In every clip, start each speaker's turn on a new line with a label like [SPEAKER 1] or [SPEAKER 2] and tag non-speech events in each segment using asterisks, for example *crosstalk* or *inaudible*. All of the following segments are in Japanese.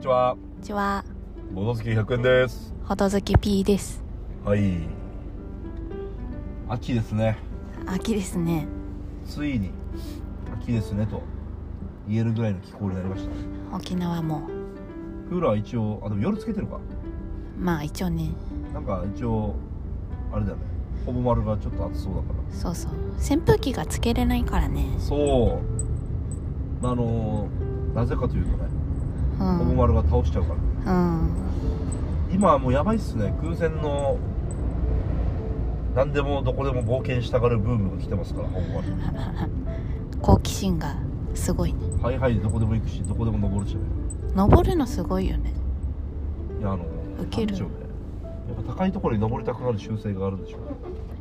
[SPEAKER 1] ちは。
[SPEAKER 2] こんにちは、
[SPEAKER 1] ものすき100円です。
[SPEAKER 2] ほとずき P です。
[SPEAKER 1] はい。秋ですね。
[SPEAKER 2] 秋ですね。
[SPEAKER 1] ついに秋ですねと言えるぐらいの気候になりました。
[SPEAKER 2] 沖縄も。
[SPEAKER 1] クーラー一応、あ、でも夜つけてるか。
[SPEAKER 2] まあ一応ね、
[SPEAKER 1] なんか一応、あれだよね。ほぼ丸がちょっと暑そうだから。
[SPEAKER 2] そうそう。扇風機がつけれないからね。
[SPEAKER 1] そう。まあ、あのなぜかというとね、
[SPEAKER 2] う
[SPEAKER 1] ほぼ
[SPEAKER 2] ん。
[SPEAKER 1] 丸が倒しちゃうから。
[SPEAKER 2] うん。
[SPEAKER 1] 今はもうやばいっすね。空前の、何でもどこでも冒険したがるブームが来てますから、ほぼ丸。
[SPEAKER 2] 好奇心がすごいね。
[SPEAKER 1] ハイハイでどこでも行くしどこでも登るしね
[SPEAKER 2] 登るのすごいよね。
[SPEAKER 1] いやあの
[SPEAKER 2] ウケる
[SPEAKER 1] なんでしょうねやっぱ高いところに登りたくなる習性があるでしょうね、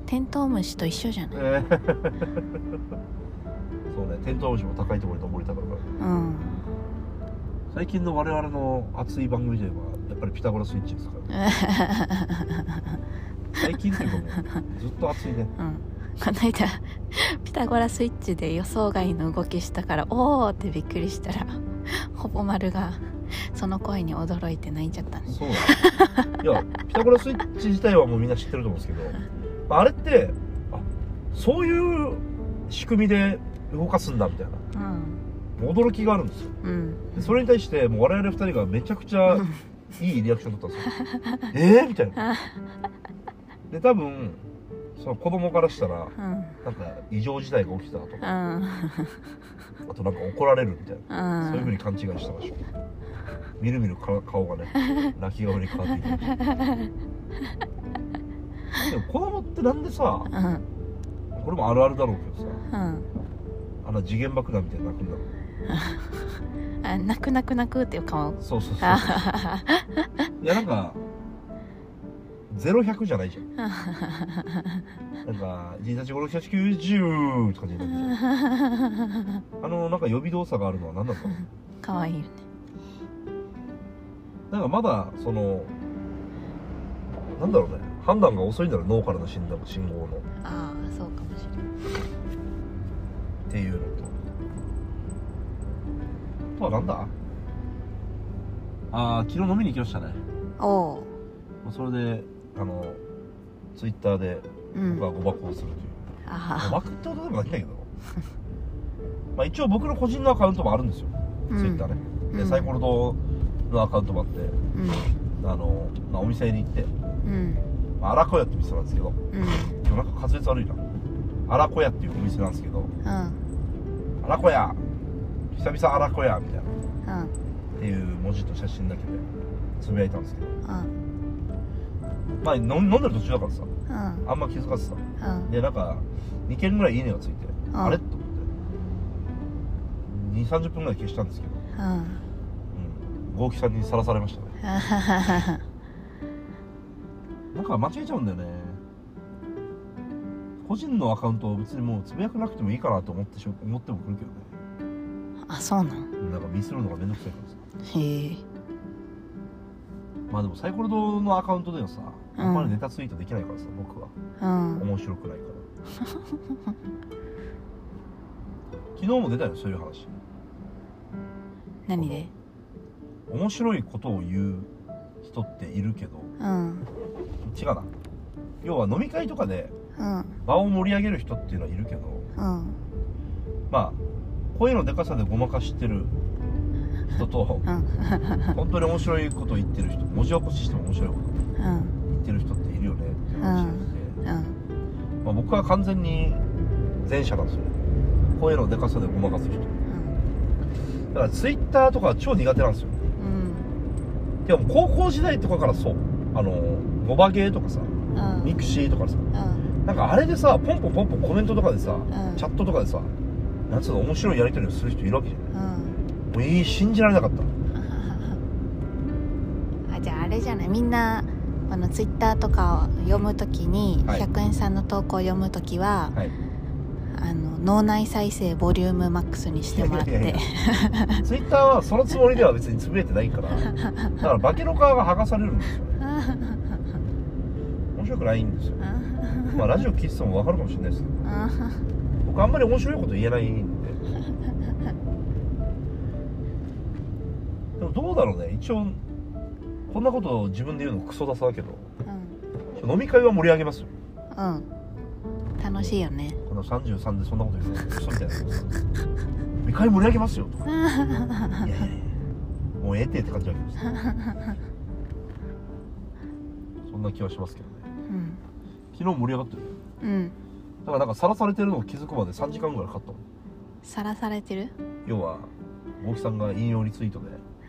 [SPEAKER 2] テントウムシと一緒じゃな
[SPEAKER 1] *laughs*
[SPEAKER 2] い。
[SPEAKER 1] そうねテントウムシも高いところに登りたくなるから
[SPEAKER 2] うん。
[SPEAKER 1] 最近の我々の熱い番組といえばやっぱりピタゴラスイッチですから、ね、最近というかもうずっと熱いね
[SPEAKER 2] うん。この間、 *laughs* ピタゴラスイッチで予想外の動きしたから、おーってびっくりしたら、 *laughs* ほぼ丸が、その声に驚いて泣いちゃったね。
[SPEAKER 1] そうだいやピタゴラスイッチ自体はもうみんな知ってると思うんですけどまああれってあそういう仕組みで動かすんだみたいな
[SPEAKER 2] うん。
[SPEAKER 1] 驚きがあるんですよ
[SPEAKER 2] うん。
[SPEAKER 1] でそれに対してもう我々二人がめちゃくちゃいいリアクションだったんですよえーみたいなで多分その子供からしたら
[SPEAKER 2] うん。
[SPEAKER 1] なんか異常事態が起きたと
[SPEAKER 2] う
[SPEAKER 1] か
[SPEAKER 2] ん。
[SPEAKER 1] あとなんか怒られるみたいなそういうふう
[SPEAKER 2] う
[SPEAKER 1] に勘違いしてましたみるみるか顔がね泣き顔に変わっていきましたでも子供ってなんでさ
[SPEAKER 2] ん。
[SPEAKER 1] これもあるあるだろうけどさ
[SPEAKER 2] うん、
[SPEAKER 1] あの次元爆弾みたいに泣くんだろう
[SPEAKER 2] あ泣く泣く泣くっていう顔
[SPEAKER 1] そうそうそう
[SPEAKER 2] あ
[SPEAKER 1] いやなんか0100じゃないじゃん
[SPEAKER 2] はは
[SPEAKER 1] なんか、1日5、6、7、9、10とかじゃない
[SPEAKER 2] は
[SPEAKER 1] あの、なんか予備動作があるのは何なんだろう。
[SPEAKER 2] かわいいよね
[SPEAKER 1] なんかまだ、その、なんだろうね。判断が遅いんだろう、脳からの診断、信号の。っ
[SPEAKER 2] ああそうかもしれない
[SPEAKER 1] ていうのと。あとはなんだああ、昨日飲みに行きましたね。
[SPEAKER 2] おお
[SPEAKER 1] まあそれで、あの、ツイッターで
[SPEAKER 2] う
[SPEAKER 1] 僕は
[SPEAKER 2] ん
[SPEAKER 1] 誤爆をするという。誤
[SPEAKER 2] ああ
[SPEAKER 1] 爆ってことでもないんだけど。まあ一応僕の個人のアカウントもあるんですよ。ツイッターね。で、サイコロ堂のアカウントもあって、
[SPEAKER 2] うん
[SPEAKER 1] あの、まあ、お店に行って、
[SPEAKER 2] うん
[SPEAKER 1] まあ、荒小屋って店なんですけど、
[SPEAKER 2] うん
[SPEAKER 1] でもなんか滑舌悪いな。荒小屋っていうお店なんですけど、
[SPEAKER 2] うん
[SPEAKER 1] 荒小屋久々荒小屋みたいな、っ
[SPEAKER 2] うん
[SPEAKER 1] ていう文字と写真だけで、つぶやいたんですけど、
[SPEAKER 2] うん
[SPEAKER 1] まあ、飲飲んでる途中だからさ、
[SPEAKER 2] うん
[SPEAKER 1] あんま気づかずさ、
[SPEAKER 2] うん
[SPEAKER 1] で、なんか、2件ぐらいいいねがついて、
[SPEAKER 2] ん
[SPEAKER 1] あれと思って、2、30分ぐらい消したんですけど、
[SPEAKER 2] う
[SPEAKER 1] う
[SPEAKER 2] ん
[SPEAKER 1] ん、豪気さんにさらされましたね。
[SPEAKER 2] あははは
[SPEAKER 1] なんか間違えちゃうんだよね個人のアカウントを別にもうつぶやくなくてもいいかなと思ってしょ思ってもくるけど
[SPEAKER 2] あそうなん
[SPEAKER 1] ねなんかミスるのがめんどくさいからさ
[SPEAKER 2] へえ
[SPEAKER 1] まあでもサイコロ堂のアカウントではさ
[SPEAKER 2] うん
[SPEAKER 1] あんまりネタツイートできないからさ僕は
[SPEAKER 2] うん
[SPEAKER 1] 面白くないから *laughs* 昨日も出たよそういう話
[SPEAKER 2] 何で
[SPEAKER 1] 面白いことを言う人っているけど
[SPEAKER 2] うん
[SPEAKER 1] 違うな要は飲み会とかで
[SPEAKER 2] うん
[SPEAKER 1] 場を盛り上げる人っていうのはいるけど
[SPEAKER 2] うん
[SPEAKER 1] まあ声のでかさでごまかしてる人
[SPEAKER 2] *laughs*
[SPEAKER 1] と
[SPEAKER 2] うん
[SPEAKER 1] 本当に面白いこと言ってる人文字起こししても面白いこと
[SPEAKER 2] うん
[SPEAKER 1] 言ってる人っているよねっていう話をして、
[SPEAKER 2] うん
[SPEAKER 1] まあ、僕は完全に前者なんですよ声のでかさでごまかす人だからツイッターとか超苦手なんですよ
[SPEAKER 2] うん
[SPEAKER 1] でも高校時代とかからそうあのモバゲーとかさ
[SPEAKER 2] うん
[SPEAKER 1] ミクシーとかさ
[SPEAKER 2] うん
[SPEAKER 1] なんかあれでさポンポンポンポンコメントとかでさ、
[SPEAKER 2] ん
[SPEAKER 1] チャットとかでさなんつうの面白いやり取りをする人いるわけじゃな
[SPEAKER 2] うん
[SPEAKER 1] いもういい信じられなかった
[SPEAKER 2] *laughs* あじゃああれじゃないみんなあのツイッターとかを読むときに、
[SPEAKER 1] はい
[SPEAKER 2] 100円さんの投稿を読むときは、
[SPEAKER 1] はい
[SPEAKER 2] あの脳内再生ボリュームマックスにしてもらっ
[SPEAKER 1] いやいや
[SPEAKER 2] て
[SPEAKER 1] い
[SPEAKER 2] *laughs*
[SPEAKER 1] ツイッターはそのつもりでは別につぶれてないからだから化けの皮が剥がされるんですよね面白くないんですよまあラジオ聞いてても分かるかもしれないですけど僕あんまり面白いこと言えないんででもどうだろうね一応こんなこと自分で言うのクソダサだけど
[SPEAKER 2] うん
[SPEAKER 1] 飲み会は盛り上げますよ
[SPEAKER 2] うん楽しいよね
[SPEAKER 1] この33でそんなこと言うのクソみたいな飲み会盛り上げ
[SPEAKER 2] *laughs*
[SPEAKER 1] ますよとかいやいやいやもうええてって感じだけどさそんな気はしますけどね
[SPEAKER 2] うん
[SPEAKER 1] 昨日盛り上がってる
[SPEAKER 2] うん
[SPEAKER 1] だからなんかさらされてるのを気づくまで3時間ぐらいかかったもん
[SPEAKER 2] さらされてる
[SPEAKER 1] 要は大木さんが引用リツイートで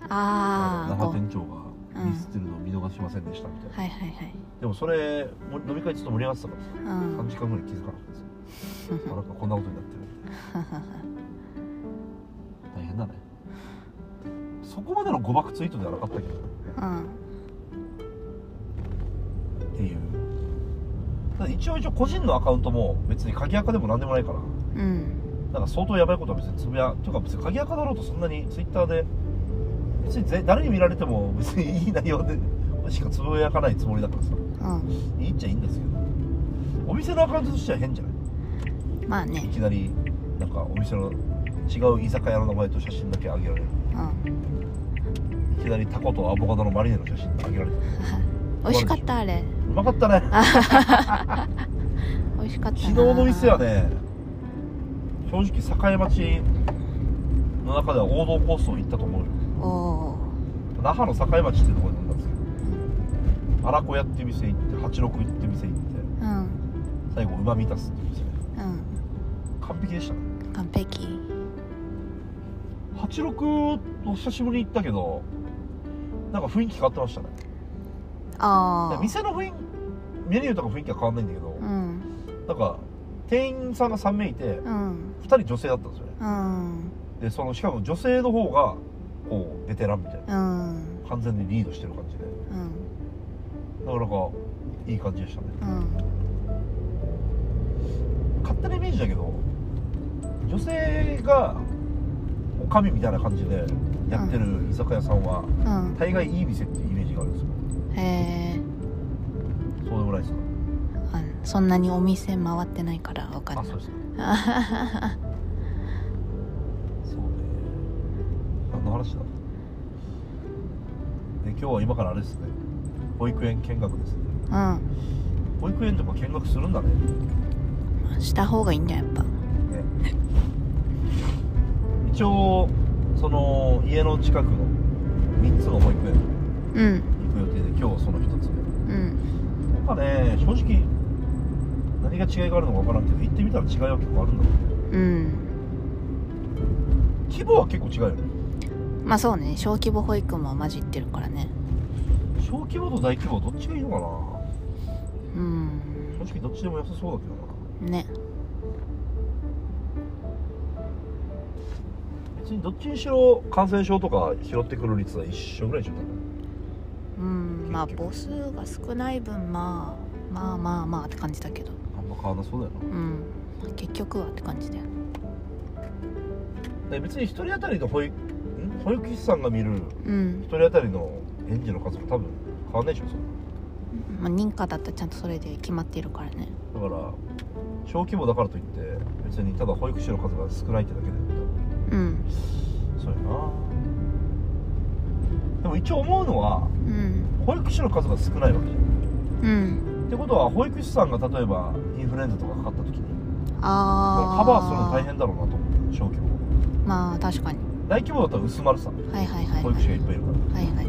[SPEAKER 2] ああ
[SPEAKER 1] 那
[SPEAKER 2] こう
[SPEAKER 1] 覇店長がミスってるのを見逃しませんでしたみたいな、
[SPEAKER 2] はいはいはい
[SPEAKER 1] でもそれも飲み会ちょっと盛り上がってたからさ
[SPEAKER 2] う
[SPEAKER 1] 3
[SPEAKER 2] ん
[SPEAKER 1] 時間ぐらい気づかなかったですよ *laughs* あなんかこんなことになってる大変だねそこまでの誤爆ツイートではなかったけど
[SPEAKER 2] うん
[SPEAKER 1] っていうただ一応一応個人のアカウントも別に鍵アカでも何でもないから
[SPEAKER 2] うん
[SPEAKER 1] なんか相当やばいことは別につぶやというか別に鍵アカだろうとそんなにツイッターで別にぜ誰に見られても別にいい内容でしかつぶやかないつもりだからさ
[SPEAKER 2] うん
[SPEAKER 1] いいっちゃいいんですけどお店のアカウントとしては変じゃない
[SPEAKER 2] まあ
[SPEAKER 1] い
[SPEAKER 2] ね
[SPEAKER 1] きなりなんかお店の違う居酒屋の名前と写真だけあげられる
[SPEAKER 2] うん
[SPEAKER 1] いきなりタコとアボカドのマリネの写真あげられる
[SPEAKER 2] 美味しかったあれ
[SPEAKER 1] うまかったね
[SPEAKER 2] 美味しかった
[SPEAKER 1] 昨
[SPEAKER 2] な
[SPEAKER 1] 日の店はね正直栄町の中では王道コースを行ったと思うよ
[SPEAKER 2] おお
[SPEAKER 1] 那覇の栄町っていうところに飲んだんですけど荒子屋っていう店行って八六行って店行って
[SPEAKER 2] うん
[SPEAKER 1] 最後うまみたすっていう店
[SPEAKER 2] うん
[SPEAKER 1] 完璧でしたね
[SPEAKER 2] 完璧
[SPEAKER 1] 八六お久しぶりに行ったけどなんか雰囲気変わってましたね
[SPEAKER 2] ああ
[SPEAKER 1] 店の雰囲気メニューとか雰囲気は変わんないんだけど、
[SPEAKER 2] うん
[SPEAKER 1] なんか店員さんが3名いて
[SPEAKER 2] うん
[SPEAKER 1] 2人女性だったんですよね
[SPEAKER 2] うん
[SPEAKER 1] でそのしかも女性の方がこうベテランみたいな
[SPEAKER 2] うん
[SPEAKER 1] 完全にリードしてる感じで
[SPEAKER 2] うん
[SPEAKER 1] なかなかいい感じでしたね
[SPEAKER 2] うん
[SPEAKER 1] 勝手なイメージだけど女性がおかみみたいな感じでやってる居酒屋さんは
[SPEAKER 2] うん
[SPEAKER 1] 大概いい店っていうイメージがあるんですよ
[SPEAKER 2] へえ
[SPEAKER 1] そうでもないですか
[SPEAKER 2] そんなにお店回ってないからわか
[SPEAKER 1] あ
[SPEAKER 2] ん
[SPEAKER 1] そうですか
[SPEAKER 2] ない
[SPEAKER 1] そうね何の話だで今日は今からあれですね保育園見学ですね
[SPEAKER 2] う
[SPEAKER 1] 保育園とか見学するんだね
[SPEAKER 2] んした方がいいんだよやっぱ
[SPEAKER 1] 一応その家の近くの3つの保育園
[SPEAKER 2] うん
[SPEAKER 1] 行く予定で今日はその1つ目
[SPEAKER 2] うん
[SPEAKER 1] なんかね正直何が違いがあるのか分からんけど行ってみたら違いは結構あるんだろうね
[SPEAKER 2] うん
[SPEAKER 1] 規模は結構違うよね
[SPEAKER 2] まあそうね小規模保育も混じってるからね
[SPEAKER 1] 小規模と大規模どっちがいいのか
[SPEAKER 2] うん
[SPEAKER 1] な正直どっちでも良さそうだけどな
[SPEAKER 2] ね
[SPEAKER 1] 別にどっちにしろ感染症とか拾ってくる率は一緒ぐらいじゃない
[SPEAKER 2] うんまあ母数が少ない分まあまあまあまあって感じだけど
[SPEAKER 1] あんま変わらなそうだよ
[SPEAKER 2] うんまあ結局はって感じだよね
[SPEAKER 1] なで別に1人当たりの保育ん保育士さんが見る
[SPEAKER 2] うん
[SPEAKER 1] 1、人当たりの園児の数も多分変わんないでしょそん
[SPEAKER 2] まあ、認可だったらちゃんとそれで決まっているからね
[SPEAKER 1] なだから小規模だからといって別にただ保育士の数が少ないってだけで
[SPEAKER 2] うん
[SPEAKER 1] そうやなでも一応思うのは
[SPEAKER 2] うん
[SPEAKER 1] 保育士の数が少ないわけじゃん
[SPEAKER 2] うん
[SPEAKER 1] ってことは保育士さんが例えばインフルエンザとかかかった時にこれ
[SPEAKER 2] あ
[SPEAKER 1] カ
[SPEAKER 2] あ
[SPEAKER 1] バーするの大変だろうなと思って小規模
[SPEAKER 2] まあ確かに
[SPEAKER 1] 大規模だったら薄まるさ
[SPEAKER 2] はいはいはい
[SPEAKER 1] 保
[SPEAKER 2] はい
[SPEAKER 1] 育士がいっぱいいるから
[SPEAKER 2] はいはい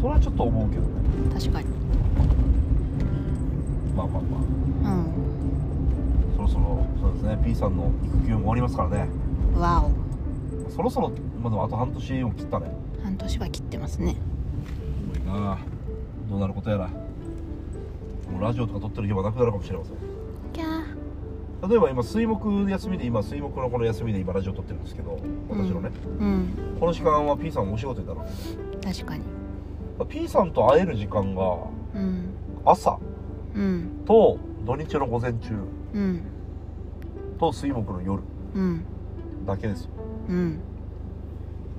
[SPEAKER 1] それはちょっと思うけどね
[SPEAKER 2] 確かに
[SPEAKER 1] まあまあまあ
[SPEAKER 2] う
[SPEAKER 1] そろそろそうですね P さんの育休も終わりますからね
[SPEAKER 2] んわお
[SPEAKER 1] そろそろまあでもあと半年を切ったね
[SPEAKER 2] 半年は切ってますね
[SPEAKER 1] 多いなあどうなることやらもうラジオとか撮ってる日はなくなるかもしれません
[SPEAKER 2] キャー
[SPEAKER 1] 例えば今水木の休みで今水木のこの休みで今ラジオ撮ってるんですけど私のね、
[SPEAKER 2] うん
[SPEAKER 1] この時間は P さんお仕事だろうけど
[SPEAKER 2] 確かに
[SPEAKER 1] まあ P さんと会える時間が
[SPEAKER 2] うん
[SPEAKER 1] 朝
[SPEAKER 2] うん
[SPEAKER 1] と土日の午前中
[SPEAKER 2] うん
[SPEAKER 1] と水木の夜
[SPEAKER 2] うん
[SPEAKER 1] だけですよ
[SPEAKER 2] うん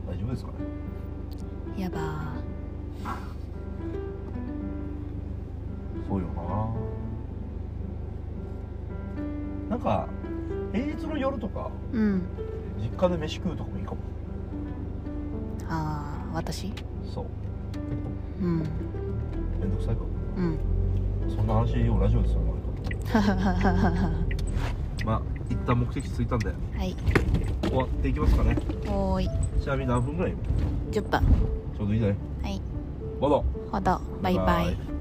[SPEAKER 1] 大丈夫ですかね
[SPEAKER 2] やばー
[SPEAKER 1] そうよななんか平日の夜とか
[SPEAKER 2] うん
[SPEAKER 1] 実家で飯食うとかもいいかも
[SPEAKER 2] あ私
[SPEAKER 1] そう
[SPEAKER 2] うん
[SPEAKER 1] めんどくさいか
[SPEAKER 2] うん
[SPEAKER 1] そんな話ようラジオですよね俺と
[SPEAKER 2] は
[SPEAKER 1] まあ一旦目的地着いたんで
[SPEAKER 2] い
[SPEAKER 1] 終わっていきますかね
[SPEAKER 2] おーい
[SPEAKER 1] ちなみに何分ぐらい今
[SPEAKER 2] 10分
[SPEAKER 1] ちょうどいいね
[SPEAKER 2] はい
[SPEAKER 1] まだ
[SPEAKER 2] ほどバイバイ